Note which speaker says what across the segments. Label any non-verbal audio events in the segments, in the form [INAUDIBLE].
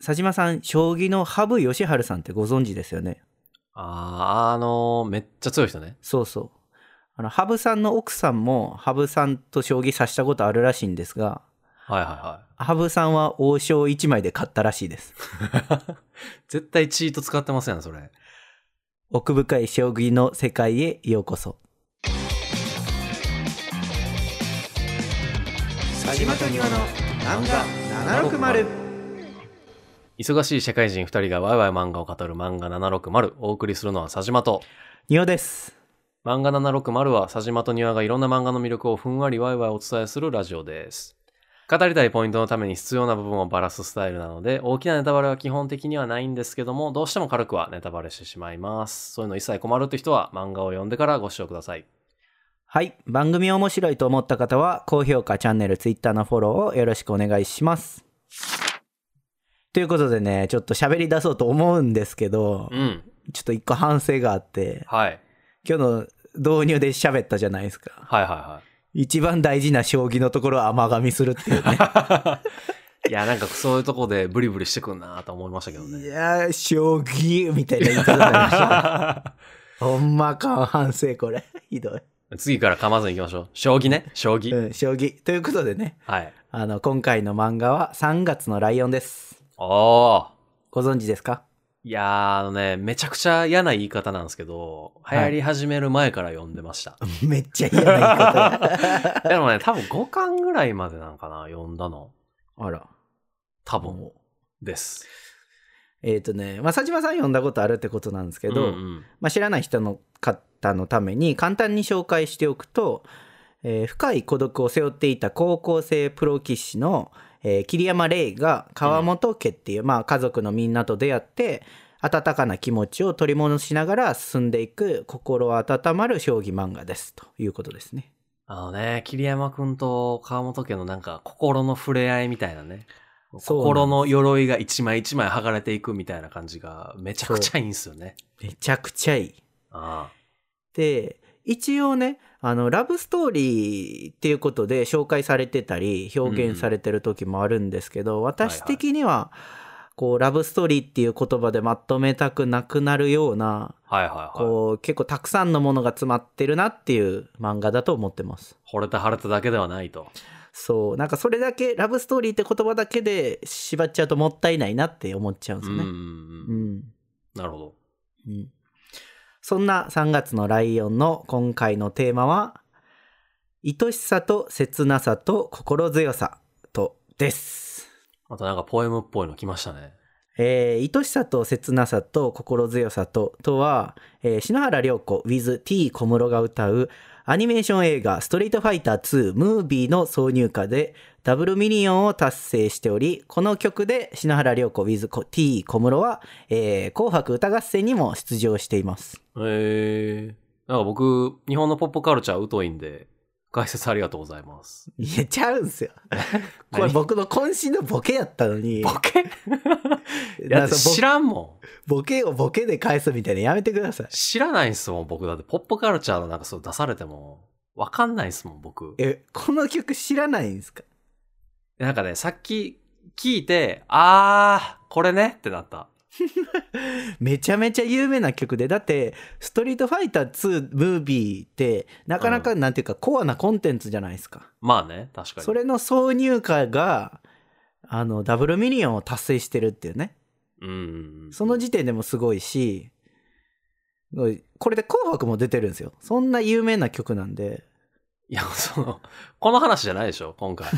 Speaker 1: 佐島さん、将棋の羽生善治さんってご存知ですよね。
Speaker 2: あー、あのーめっちゃ強い人ね。
Speaker 1: そうそう。あの、羽生さんの奥さんも羽生さんと将棋指したことあるらしいんですが、
Speaker 2: はいはいは
Speaker 1: 羽生さんは王将1枚で勝ったらしいです。
Speaker 2: [LAUGHS] い。絶対チート使ってますやん、それ。
Speaker 1: 奥深い将棋の世界へようこそ。
Speaker 2: 佐島と庭の漫画760忙しい社会人2人がワイワイ漫画を語る漫画760お送りするのは佐島と。
Speaker 1: 庭です。
Speaker 2: 漫画760は佐島と庭がいろんな漫画の魅力をふんわりワイワイお伝えするラジオです。語りたいポイントのために必要な部分をバラすスタイルなので、大きなネタバレは基本的にはないんですけども、どうしても軽くはネタバレしてしまいます。そういうの一切困るって人は漫画を読んでからご視聴ください。
Speaker 1: はい。番組面白いと思った方は、高評価、チャンネル、ツイッターのフォローをよろしくお願いします。ということでね、ちょっと喋り出そうと思うんですけど、
Speaker 2: うん。
Speaker 1: ちょっと一個反省があって、
Speaker 2: はい。
Speaker 1: 今日の導入で喋ったじゃないですか。
Speaker 2: はいは
Speaker 1: 一番大事な将棋のところを甘噛みするっていうね。
Speaker 2: い [LAUGHS] はい。いや、なんかそういうとこでブリブリしてくんなと思いましたけど
Speaker 1: [LAUGHS] い
Speaker 2: ね。
Speaker 1: やー、将棋みたいな言い方になりました。 [LAUGHS] ほんまか、反省これ。ひどい。
Speaker 2: [LAUGHS] 次から噛まずに行きましょう。将棋ね。将棋。
Speaker 1: うん、将棋。ということでね、
Speaker 2: はい。
Speaker 1: あの、今回の漫画は3月のライオンです。
Speaker 2: おー。
Speaker 1: ご存知ですか
Speaker 2: いやー、あのね、めちゃくちゃ嫌な言い方なんですけど、
Speaker 1: は
Speaker 2: 流
Speaker 1: い
Speaker 2: 行り始める前から読んでま
Speaker 1: [LAUGHS]
Speaker 2: した。
Speaker 1: めっちゃ嫌な言い方。
Speaker 2: でもね、多分5巻ぐらいまでなんかな、読んだの。
Speaker 1: [LAUGHS] あら。
Speaker 2: 多分です。
Speaker 1: えっ、とね、まあ、佐島さん読んだことあるってことなんですけ
Speaker 2: け
Speaker 1: ど、
Speaker 2: うんうん、
Speaker 1: まあ、知らない人の方のために簡単に紹介しておくと、えー深い孤独を背負っていた高校生プロ棋士の、えー桐山玲が川本家っていう、まあ、家族のみんなと出会って温かな気持ちを取り戻しながら進んでいく心温まる将棋漫画ですということですね。
Speaker 2: あのね、桐山くんと川本家のなんか心の触れ合いみたいなね。
Speaker 1: そうなんです
Speaker 2: 心の鎧が一枚一枚剥がれていくみたいな感じがめちゃくちゃいいんですよね。
Speaker 1: めちゃくちゃいい。
Speaker 2: あ
Speaker 1: で一応ねあのラブストーリーっていうことで紹介されてたり表現されてる時もあるんですけど、私的には、こうラブストーリーっていう言葉でまとめたくなくなるような
Speaker 2: あはいはいはい。
Speaker 1: こう結構たくさんのものが詰まってるなっていう漫画だと思ってます。
Speaker 2: 惚れた晴れただけではないと。
Speaker 1: そうなんかそれだけラブストーリーって言葉だけで縛っちゃうともったいないなって思っちゃうんで
Speaker 2: う
Speaker 1: す
Speaker 2: ん
Speaker 1: よ
Speaker 2: う
Speaker 1: ね。
Speaker 2: ん
Speaker 1: う
Speaker 2: うん。
Speaker 1: ん
Speaker 2: なるほど。
Speaker 1: うんそんな3月のライオンの今回のテーマは、愛しさと切なさと心強さとです。
Speaker 2: あとなんかポエムっぽいの来ましたね。
Speaker 1: えー愛しさと切なさと心強さととは、えー篠原涼子 with.t 小室が歌うアニメーション映画ストリートファイター2ムービーの挿入歌でダブルミリオンを達成しており、この曲で篠原涼子 with.t 小室は、えー紅白歌合戦にも出場しています。
Speaker 2: えー、なんか僕、日本のポップカルチャー疎いんで、解説ありがとうございます。
Speaker 1: いや、ちゃうん [LAUGHS] すよ。これ
Speaker 2: 何
Speaker 1: 僕の渾身のボケやったのに。
Speaker 2: ボ
Speaker 1: [LAUGHS]
Speaker 2: ケい
Speaker 1: な
Speaker 2: や、
Speaker 1: んか
Speaker 2: 知らんもん。
Speaker 1: ボボケをボケで返すみたいなやめてください。
Speaker 2: 知らないんすもん、僕。だって、ポップカルチャーのなんかそう出されても、わかんないんすもん、僕。
Speaker 1: え、この曲知らないんですか
Speaker 2: なんかね、さっき聞いて、あー、これねってなった。
Speaker 1: めちゃめちゃ有名な曲で。だって、ストリートファイター2ムービーって、なかなか、なんていうか、コアなコンテンツじゃないですか。
Speaker 2: まあね、確かに。
Speaker 1: それの挿入歌が、あの、ダブルミリオンを達成してるっていうね。
Speaker 2: うんうんうん。
Speaker 1: その時点でもすごいし、すごいこれで紅白も出てるんですよ。そんな有名な曲なんで。
Speaker 2: いや、その、この話じゃないでしょ、今回。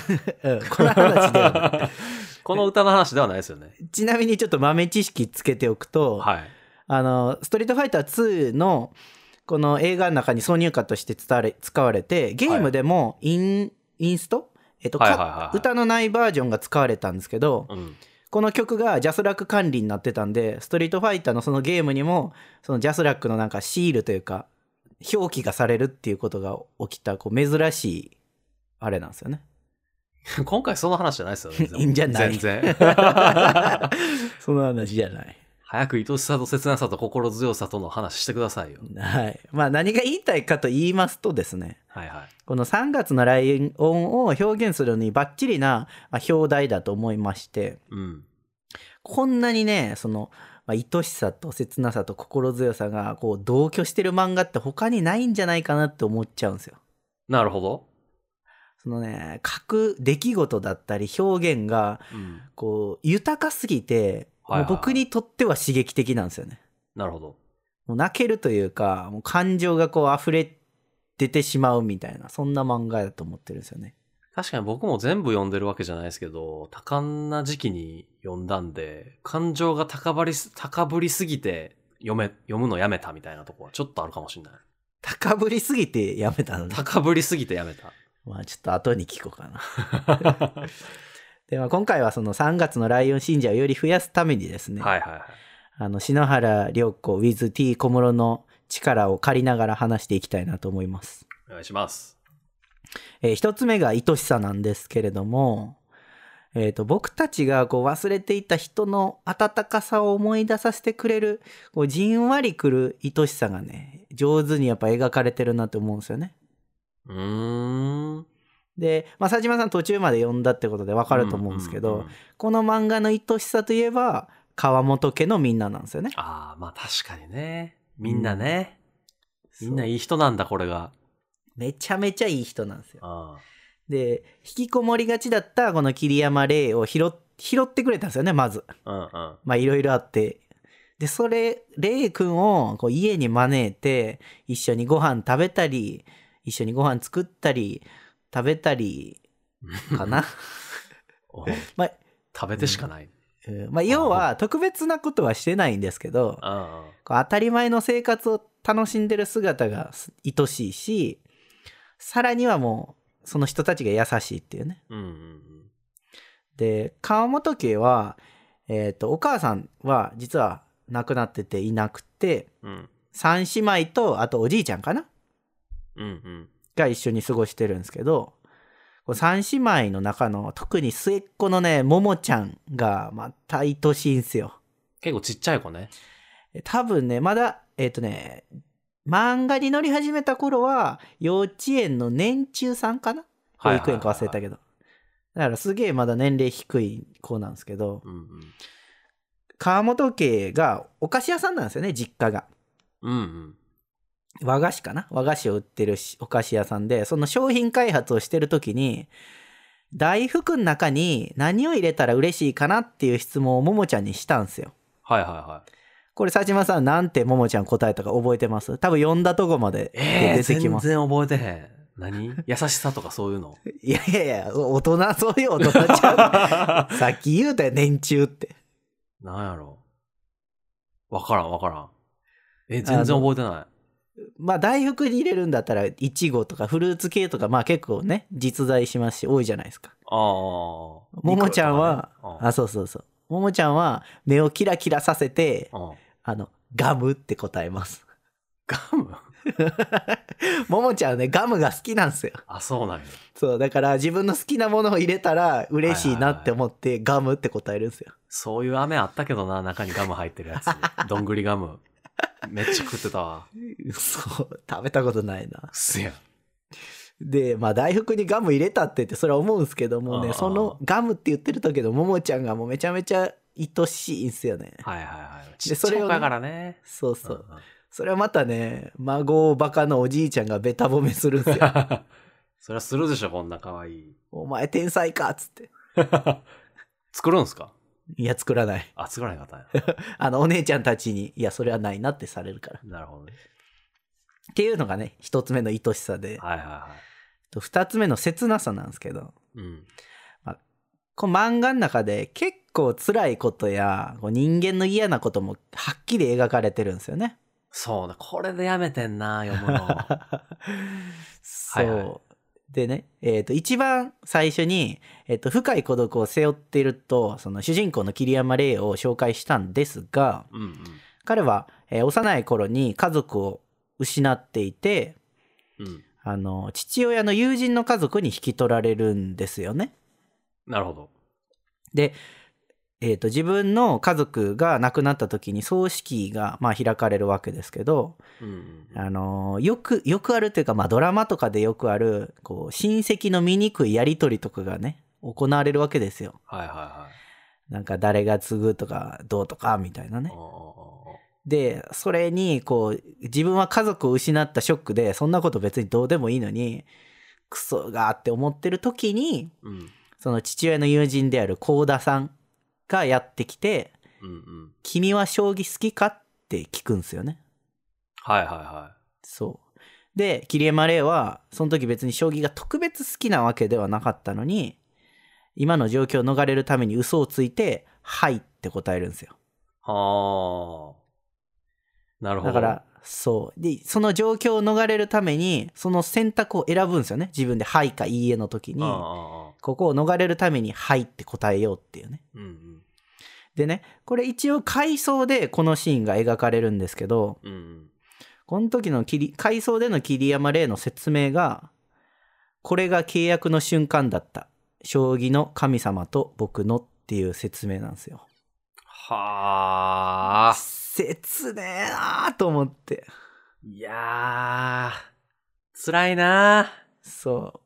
Speaker 1: うん、この話ではない。
Speaker 2: [LAUGHS] この歌の話ではないですよね。
Speaker 1: ちなみにちょっと豆知識つけておくと、
Speaker 2: はい。
Speaker 1: あの、ストリートファイター2の、この映画の中に挿入歌として伝われ使われて、ゲームでもイン、インストえっと、
Speaker 2: はい
Speaker 1: か
Speaker 2: はいはいはい
Speaker 1: 歌のないバージョンが使われたんですけど、
Speaker 2: うん。 [LAUGHS]
Speaker 1: この曲がジャスラック管理になってたんで、ストリートファイターのそのゲームにも、そのジャスラックのなんかシールというか、表記がされるっていうことが起きた、こう、珍しい、あれなんですよ
Speaker 2: [LAUGHS]
Speaker 1: ね。 [LAUGHS]
Speaker 2: 今回その話じゃないですよね。
Speaker 1: いいんじゃない
Speaker 2: 全
Speaker 1: [LAUGHS]
Speaker 2: 然。
Speaker 1: その話じゃない。
Speaker 2: 早く愛しさと切なさと心強さとの話してくださいよ。
Speaker 1: はい。まあ何が言いたいかと言いますとですね、
Speaker 2: はいはい。
Speaker 1: この3月のライオンを表現するのにバッチリなまあ表題だと思いまして、
Speaker 2: うん。
Speaker 1: こんなにね、その、まあ、愛しさと切なさと心強さが、こう、同居してる漫画って他にないんじゃないかなって思っちゃうんですよ。
Speaker 2: なるほど。
Speaker 1: そのね、書く出来事だったり表現が、
Speaker 2: うん。
Speaker 1: こう、豊かすぎて、
Speaker 2: はいはいはい
Speaker 1: もう僕にとっては刺激的なんですよね。
Speaker 2: なるほど。
Speaker 1: もう泣けるというか、もう感情がこう溢れ出てしまうみたいな、そんな漫画だと思ってるんですよね。
Speaker 2: 確かに僕も全部読んでるわけじゃないですけど、多感な時期に読んだんで、感情が高ぶりす、高ぶりすぎて、読め、読むのやめたみたいなとこはちょっとあるかもしれない。
Speaker 1: 高ぶりすぎてやめたので、
Speaker 2: 高ぶりすぎてやめた。
Speaker 1: [LAUGHS] まあちょっと後に聞こうかな。 [LAUGHS] で、まあ、今回はその3月のライオン信者をより増やすためにですね、
Speaker 2: はいはいはい。
Speaker 1: あの、篠原涼子 WithT 小室の力を借りながら話していきたいなと思います。
Speaker 2: お願いします。
Speaker 1: えー一つ目が愛しさなんですけれども、えー、と僕たちがこう忘れていた人の温かさを思い出させてくれるこうじんわりくる愛しさがね上手にやっぱ描かれてるなと思うんですよね。
Speaker 2: うーん。
Speaker 1: で、まあ、佐島さん途中まで読んだってことでわかると思うんですけど、
Speaker 2: うううん
Speaker 1: この漫画の愛しさといえば川本家のみんななんですよね。
Speaker 2: ああ、まあ確かにね。みんなね。みんな
Speaker 1: そう
Speaker 2: いい人なんだ、これが。
Speaker 1: めちゃめちゃいい人なんですよ。
Speaker 2: あ
Speaker 1: で引きこもりがちだったこの桐山玲を拾っ拾ってくれたんですよねまず。
Speaker 2: あうんうん。
Speaker 1: まあいろいろあって。で、それ、レイ君をこう家に招いて、一緒にご飯食べたり、一緒にご飯作ったり、食べたり、かな。
Speaker 2: お
Speaker 1: まあ、
Speaker 2: 食べてしかない。
Speaker 1: うんまあ、要は特別なことはしてないんですけど、
Speaker 2: うんうん。
Speaker 1: こう当たり前の生活を楽しんでる姿が愛しいし、さらにはもう、その人たちが優しいっていうね。
Speaker 2: うんうんうん。
Speaker 1: で川本家は、えっとお母さんは実は亡くなってていなくて
Speaker 2: うん
Speaker 1: 三姉妹とあとおじいちゃんかな
Speaker 2: うんうん。
Speaker 1: が一緒に過ごしてるんですけどこう三姉妹の中の特に末っ子のねももちゃんがまた愛しいんすよ
Speaker 2: 結構ちっちゃい子ね。
Speaker 1: え多分ねまだえっ、とね漫画に乗り始めた頃は幼稚園の年中さんかな保育園か忘れた
Speaker 2: ど。
Speaker 1: けどだからすげえまだ年齢低い子なんですけど、
Speaker 2: うんうん。
Speaker 1: 川本家がお菓子屋さんなんですよね実家が
Speaker 2: うんうん。
Speaker 1: 和菓子かな和菓子を売ってるしお菓子屋さんでその商品開発をしてる時に大福の中に何を入れたら嬉しいかなっていう質問をももちゃんにしたんですよ
Speaker 2: はいはいはい。
Speaker 1: これ佐島さんなんてももちゃん答えたか覚えてます多分読んだとこまで
Speaker 2: ええ
Speaker 1: 出てき
Speaker 2: 全
Speaker 1: ます、
Speaker 2: 然覚えてへん。 [LAUGHS] 何優しさとかそういう [LAUGHS] の。
Speaker 1: いやいやいや大人そういう大人ちゃ
Speaker 2: [LAUGHS]
Speaker 1: うさっき言うたよ年中って
Speaker 2: なんやろ。わからんわからん。え、全然覚えてな
Speaker 1: まあ大福に入れるんだったらいちごとかフルーツ系とかまあ結構ね実在しますし多いじゃないですか
Speaker 2: い。ああ。も
Speaker 1: ももちゃんは、
Speaker 2: あ
Speaker 1: あ、そうそうそう。ももちゃんは目をキラキラさせて、あの、ガムって答えます。 [LAUGHS]
Speaker 2: ガム
Speaker 1: ももちゃんはね、ガムが好きなんですよ。
Speaker 2: あ、そうなんや。
Speaker 1: そう、だから自分の好きなものを入れたら嬉しいなって思って、ガムって答えるんですよ。
Speaker 2: そういう飴あったけどな、中にガム入ってるや [LAUGHS] つ。どんぐりガム。めっちゃ食ってたわ。
Speaker 1: そう、食べたことないな。
Speaker 2: くせやん。
Speaker 1: で、まあ大福にガム入れたってって、それは思うんですけども
Speaker 2: あ
Speaker 1: ね、
Speaker 2: あ
Speaker 1: そのガムって言ってる時のももちゃんがもうめちゃめちゃ愛しいんですよね。
Speaker 2: はいはいはい。ち
Speaker 1: で
Speaker 2: っち
Speaker 1: そ
Speaker 2: ゃい
Speaker 1: れを
Speaker 2: 子
Speaker 1: ね
Speaker 2: やからね。
Speaker 1: そうそう。
Speaker 2: んん
Speaker 1: それはまたね、孫バカのおじいちゃんがべた褒めするんですよ。 [LAUGHS]
Speaker 2: そりゃするでしょ、こんな可愛い。
Speaker 1: お前天才かっつって。
Speaker 2: [LAUGHS] 作るんすか
Speaker 1: いや、作らない。
Speaker 2: あ、作らなかったんや。
Speaker 1: あの、お姉ちゃんたちに、いや、それはないなってされるから。
Speaker 2: なるほどね。 [LAUGHS]
Speaker 1: っていうのがね、一つ目の愛しさで、
Speaker 2: はいはいは
Speaker 1: と二つ目の切なさなんですけど、
Speaker 2: い。うん。
Speaker 1: この漫画の中で結構辛いことや、こう人間の嫌なこともはっきり描かれてるんですよね。
Speaker 2: そうね。これでやめてんな、読む
Speaker 1: [LAUGHS]
Speaker 2: の。は
Speaker 1: そう。
Speaker 2: はいは
Speaker 1: でね、えっ、と、一番最初に、えっ、と、深い孤独を背負っていると、その主人公の桐山玲を紹介したんですが、
Speaker 2: うんうん。
Speaker 1: 彼は、えー幼い頃に家族を失っていて
Speaker 2: うん。
Speaker 1: あの父親の友人の家族に引き取られるんですよね。
Speaker 2: なるほど。
Speaker 1: で、えー、と自分の家族が亡くなった時に葬式が、まあ、開かれるわけですけど、
Speaker 2: うんうん。
Speaker 1: あのよくよくあるというか、まあ、ドラマとかでよくあるこう親戚の醜いやり取りとかがね行われるわけですよ。
Speaker 2: はいは
Speaker 1: なんか誰が継ぐとかどうとかみたいなね
Speaker 2: あ。
Speaker 1: で、それに、こう、自分は家族を失ったショックで、そんなこと別にどうでもいいのに、クソがって思ってる時に、
Speaker 2: ーうん。
Speaker 1: その父親の友人である幸田さんがやってきて、
Speaker 2: うんうん。
Speaker 1: 君は将棋好きかって聞くんですよね。
Speaker 2: はいはいは
Speaker 1: そう。で、キリエマレーは、その時別に将棋が特別好きなわけではなかったのに、今の状況を逃れるために嘘をついて、はいって答えるんですよ。
Speaker 2: い。はあ。なるほ
Speaker 1: だ
Speaker 2: ど。
Speaker 1: から、そう。で、その状況を逃れるために、その選択を選ぶんですよね。自分で、はいかいいえの時
Speaker 2: うん
Speaker 1: に、
Speaker 2: うん
Speaker 1: ここを逃れるために、はいって答えようっていうね。
Speaker 2: うん。うん
Speaker 1: でね、これ一応回想でこのシーンが描かれるんですけど、
Speaker 2: うん。うん
Speaker 1: この時の桐回想での桐山玲の説明が、これが契約の瞬間だった。将棋の神様と僕のっていう説明なんですよ。
Speaker 2: はあ。
Speaker 1: 説明だーと思って。
Speaker 2: いやー。辛いな
Speaker 1: そ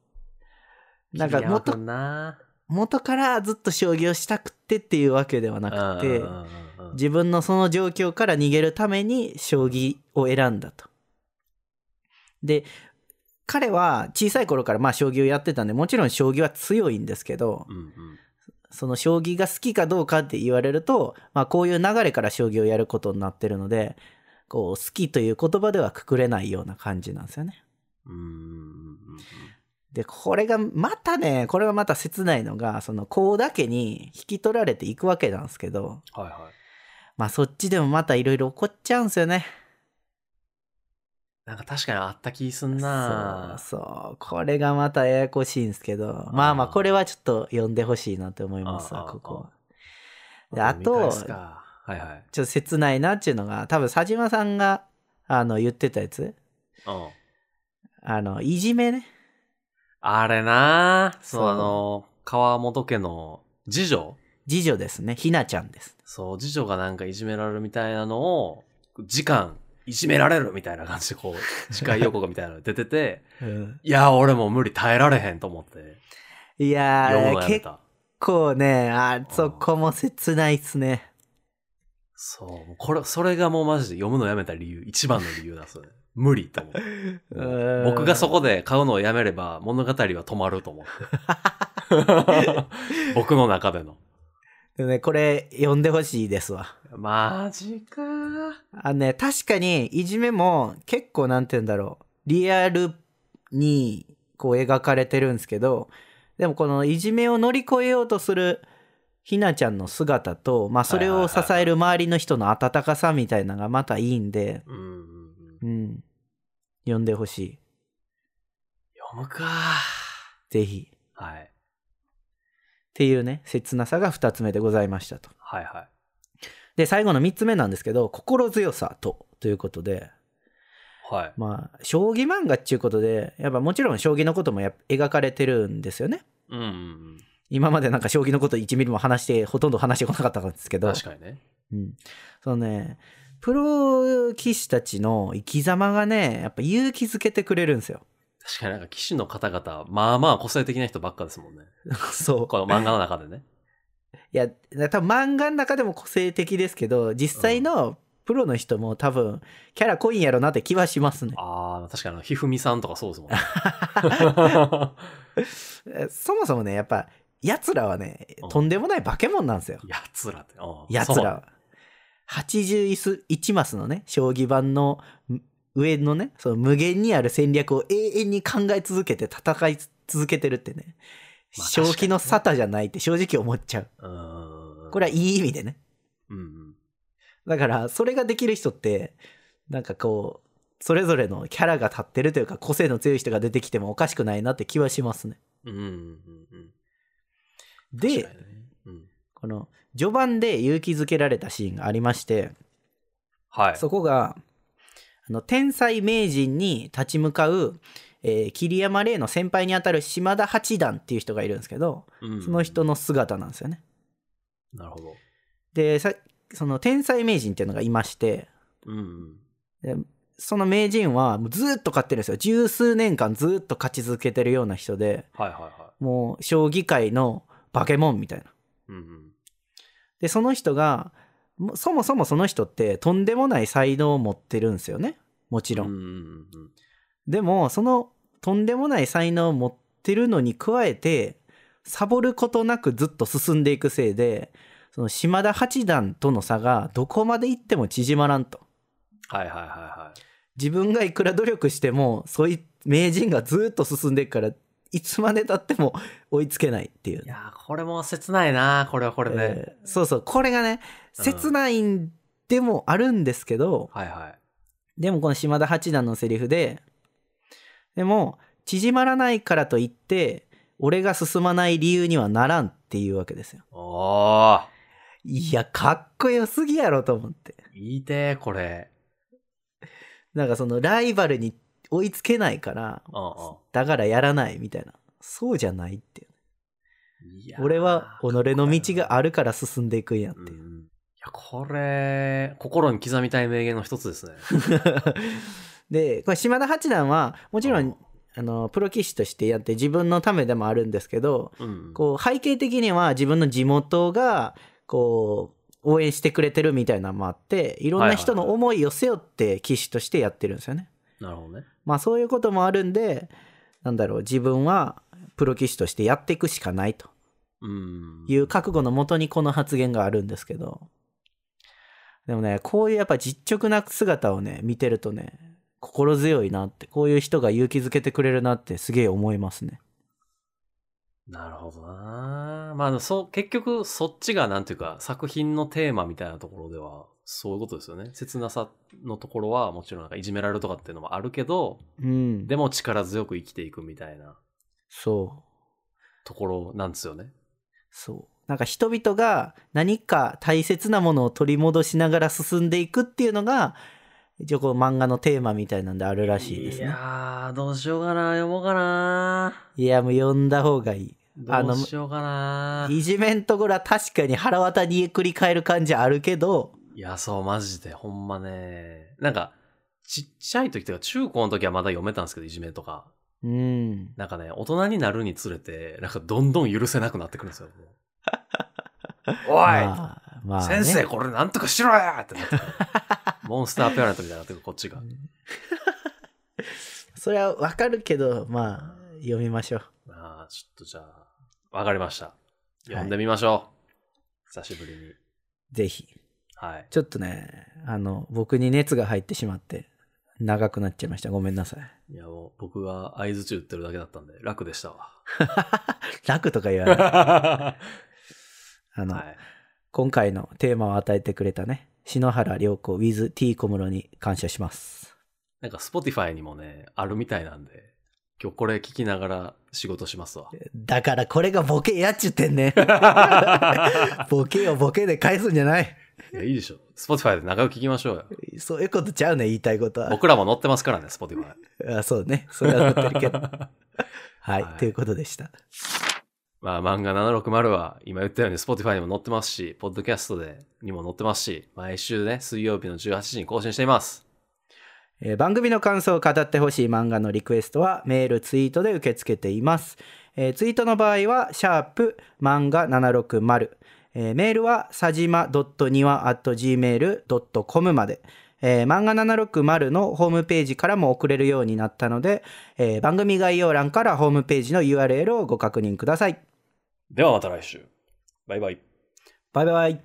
Speaker 1: う。
Speaker 2: ー。
Speaker 1: なんかもっと
Speaker 2: 桐山君な
Speaker 1: 元からずっと将棋をしたくてっていうわけではなくて、
Speaker 2: うんうんうんうん
Speaker 1: 自分のその状況から逃げるために将棋を選んだと。で、彼は小さい頃からまあ将棋をやってたんで、もちろん将棋は強いんですけど、
Speaker 2: うんうん
Speaker 1: その将棋が好きかどうかって言われると、まあこういう流れから将棋をやることになってるので、こう好きという言葉ではくくれないような感じなんですよね。
Speaker 2: うんうんうん
Speaker 1: で、これがまたね、これはまた切ないのが、その子だけに引き取られていくわけなんですけど、
Speaker 2: はいはい。
Speaker 1: まあそっちでもまたいろいろ起こっちゃうんですよね。
Speaker 2: なんか確かにあった気すんなー
Speaker 1: そうそう。これがまたややこしいんですけど、まあまあ
Speaker 2: あー
Speaker 1: これはちょっと読んでほしいなと思いますわ
Speaker 2: あ、ー
Speaker 1: ここは。で
Speaker 2: ま
Speaker 1: あ
Speaker 2: た見
Speaker 1: と、
Speaker 2: 返
Speaker 1: ち
Speaker 2: す
Speaker 1: ょっ
Speaker 2: かはいはい。
Speaker 1: と切ないなっていうのが、多分佐島さんがあの言ってたやつ、
Speaker 2: うん。
Speaker 1: あの、いじめね。
Speaker 2: あれなぁ。そう、
Speaker 1: そう
Speaker 2: あの、川本家の次女
Speaker 1: 次女ですね。ひなちゃんです。
Speaker 2: そう、次女がなんかいじめられるみたいなのを、時間、いじめられるみたいな感じで、こ [LAUGHS] う、次回予告みたいなの出てて、いやー、俺もう無理耐えられへんと思って、
Speaker 1: い
Speaker 2: 読む
Speaker 1: や
Speaker 2: の
Speaker 1: ー、
Speaker 2: やめ
Speaker 1: 結
Speaker 2: た。
Speaker 1: 構ね、あそこも切ないっすね。
Speaker 2: そう、もうこれ、それがもうマジで読むのやめた理由、一番の理由だ、それ。無理と思って。
Speaker 1: うん
Speaker 2: 僕がそこで買うのをやめれば物語は止まると
Speaker 1: [LAUGHS]
Speaker 2: 思って。僕の中での。
Speaker 1: でね、これ読んでほしいですわ。
Speaker 2: マジかー。
Speaker 1: あのね、確かにいじめも結構なんて言うんだろう。リアルにこう描かれてるんですけど、でもこのいじめを乗り越えようとするひなちゃんの姿と、まあそれを支える周りの人の温かさみたいなのがまたいいんで、
Speaker 2: うんうんうん
Speaker 1: うん。読んでほしい。
Speaker 2: 読むか
Speaker 1: ぜひ。っ
Speaker 2: ー。はい。
Speaker 1: ていうね、切なさが二つ目でございましたと。
Speaker 2: はいはい。
Speaker 1: で、最後の三つ目なんですけど、心強さと、ということで、
Speaker 2: はい。
Speaker 1: まあ、将棋漫画っていうことで、やっぱもちろん将棋のこともやっぱ描かれてるんですよね。
Speaker 2: うんうん
Speaker 1: 今までなんか将棋のこと1ミリも話して、ほとんど話してこなかったんですけ
Speaker 2: う
Speaker 1: ど、
Speaker 2: ん。確かにね。
Speaker 1: うん。そのね、プロ棋士たちの生き様がね、やっぱ勇気づけてくれるんです
Speaker 2: [LAUGHS]
Speaker 1: よ。
Speaker 2: 確かになんか騎士の方々、まあまあ個性的な人ばっかですもんね。
Speaker 1: そう。
Speaker 2: この漫画の中でね。
Speaker 1: いや、多分漫画の中でも個性的ですけど、実際のプロの人も多分、キャラ濃いんやろなって気はしますね。
Speaker 2: ああ、確かにあの、ひふみさんとかそうです
Speaker 1: [LAUGHS]
Speaker 2: もんね。
Speaker 1: えそもそもね、やっぱ、奴らはね
Speaker 2: うん、
Speaker 1: とんでもない化け物なんですよ。
Speaker 2: やつらって。うん
Speaker 1: 奴らは。81マスのね、将棋盤のん上のね、その無限にある戦略を永遠に考え続けて戦い続けてるってね、
Speaker 2: まあ
Speaker 1: 正
Speaker 2: 確か
Speaker 1: 気
Speaker 2: にね
Speaker 1: の沙汰じゃないって正直思っちゃう。
Speaker 2: そう。うん。
Speaker 1: これはいい意味でね。
Speaker 2: うんうん。
Speaker 1: だから、それができる人って、なんかこう、それぞれのキャラが立ってるというか、個性の強い人が出てきてもおかしくないなって気はしますね。
Speaker 2: うんうんうんうん。
Speaker 1: で
Speaker 2: 確、かにねうん
Speaker 1: この、序盤で勇気づけられたシーンがありまして、
Speaker 2: はい。
Speaker 1: そこが、あの、天才名人に立ち向かう、えー桐山玲の先輩にあたる島田八段っていう人がいるんですけど、
Speaker 2: うん
Speaker 1: その人。の姿なんですよね。
Speaker 2: なるほど。
Speaker 1: で、さその天才名人っていうのがいまして、
Speaker 2: うんうん。
Speaker 1: でその名人はもうずっと勝ってるんですよ。十数年間ずっと勝ち続けてるような人で、
Speaker 2: はいはいは
Speaker 1: もう将棋界の化け物みたいな。
Speaker 2: い。うんうん。
Speaker 1: で、その人が、もそもそもその人ってとんでもない才能を持ってるんですよね。もちろ
Speaker 2: うん
Speaker 1: ん。
Speaker 2: うんうん
Speaker 1: でも、そのとんでもない才能を持ってるのに加えて、サボることなくずっと進んでいくせいで、その島田八段との差がどこまで行っても縮まらんと。
Speaker 2: はいはいはいはい。
Speaker 1: 自分がいくら努力しても、そういう名人がずっと進んでいくから、いつまでたっても追いつけないっていう
Speaker 2: い。やーこれも切ないなこれはこれで、
Speaker 1: えーそうそうこれがね
Speaker 2: うん
Speaker 1: 切ないんでもあるんですけど、
Speaker 2: はいはい。
Speaker 1: でもこの島田八段のセリフででも縮まらないからといって俺が進まない理由にはならんっていうわけですよ
Speaker 2: おー
Speaker 1: いやかっこよすぎやろと思って
Speaker 2: いいてーこれ。
Speaker 1: なんかそのライバルに追いつけないから
Speaker 2: うんうん
Speaker 1: だからやらないみたいなそうじゃないっていう
Speaker 2: いやー
Speaker 1: 俺は己の道があるから進んでいくんやっ
Speaker 2: う
Speaker 1: ていうん
Speaker 2: いや、これ、心に刻みたい名言の一つ [LAUGHS] ですね。
Speaker 1: [LAUGHS] でこれ島田八段はもちろ
Speaker 2: うん
Speaker 1: んあのプロ棋士としてやって自分のためでもあるんですけど
Speaker 2: うん。
Speaker 1: こう背景的には自分の地元がこう応援してくれてるみたいなのもあっていろんな人の思いを背負って棋士としてやってるんですよね。
Speaker 2: なるほどね。
Speaker 1: まあそういうこともあるんでなんだろう自分はプロ棋士としてやっていくしかないと
Speaker 2: うん。
Speaker 1: いう覚悟のもとにこの発言があるんですけどでもねこういうやっぱ実直な姿をね見てるとね心強いなってこういう人が勇気づけてくれるなってすげえ思いますね。
Speaker 2: なるほどなまあでもそう、結局、そっちがなんていうか、作品のテーマみたいなところでは、そういうことですよね。切なさのところは、もちろんなんかいじめられるとかっていうのもあるけど、
Speaker 1: うん、
Speaker 2: でも力強く生きていくみたいな
Speaker 1: そう
Speaker 2: ところなんですよね。
Speaker 1: そうなんか人々が何か大切なものを取り戻しながら進んでいくっていうのが一応こう漫画のテーマみたいなんであるらしいですねい
Speaker 2: い
Speaker 1: や
Speaker 2: やー、どうしようかな読もうかな
Speaker 1: もう読んだ方がいいあ
Speaker 2: ど
Speaker 1: の
Speaker 2: うしようかない
Speaker 1: じめんところは確かに腹渡りえくり返る感じあるけど
Speaker 2: いや、そう、マジで、ほんまね。なんか、ちっちゃい時とか、中高の時はまだ読めたんですけど、いじめとか。
Speaker 1: うん
Speaker 2: なんかね、大人になるにつれて、なんかどんどん許せなくなってくるんですよ。もう [LAUGHS] おい、
Speaker 1: まあ、まあね
Speaker 2: 先生、これなんとかしろやってな
Speaker 1: [LAUGHS]
Speaker 2: ってくるモンスターペアレントみたいになってくる、こっちが。
Speaker 1: それはわかるけどまあ読みましょう
Speaker 2: ああ、ちょっとじゃあ、わかりました。読んでみましょう。久しぶりに。
Speaker 1: ぜひ
Speaker 2: はい。
Speaker 1: ちょっとねあの僕に熱が入ってしまって長くなっちゃいましたごめんなさい
Speaker 2: いや、もう僕が合図中打ってるだけだったんで、楽でしたわ。
Speaker 1: 楽とか言わな
Speaker 2: [LAUGHS]
Speaker 1: い
Speaker 2: は
Speaker 1: あの、
Speaker 2: い。
Speaker 1: 今回のテーマを与えてくれたね篠原涼子 WithT 小室に感謝します
Speaker 2: なんか Spotify にもね、あるみたいなんで、今日これ聞きながら仕事します [LAUGHS] わ。
Speaker 1: だからこれがボケやっちゅってん [LAUGHS] ねボケをボケで返すんじゃない
Speaker 2: いや、いいでしょ。Spotify で仲良く聞きましょうよ。
Speaker 1: そういうことちゃうね言いたいことは
Speaker 2: 僕らも載ってますからね、Spotify。
Speaker 1: あそうねそれは載ってるけどはい、
Speaker 2: はい
Speaker 1: ということでした
Speaker 2: [LAUGHS] まあ、漫画760は、今言ったように Spotify にも載ってますし、Podcast でにも載ってますし、毎週ね、水曜日の18時に更新しています。
Speaker 1: えー番組の感想を語ってほしい漫画のリクエストはメール、ツイートで受け付けています。えーツイートの場合は、シャープ漫画760。えーメールは、さじま .niwa.gmail.com まで。えー漫画760のホームページからも送れるようになったので、えー番組概要欄からホームページの URL をご確認ください。
Speaker 2: ではまた来週。バイバイ。
Speaker 1: バイバイ。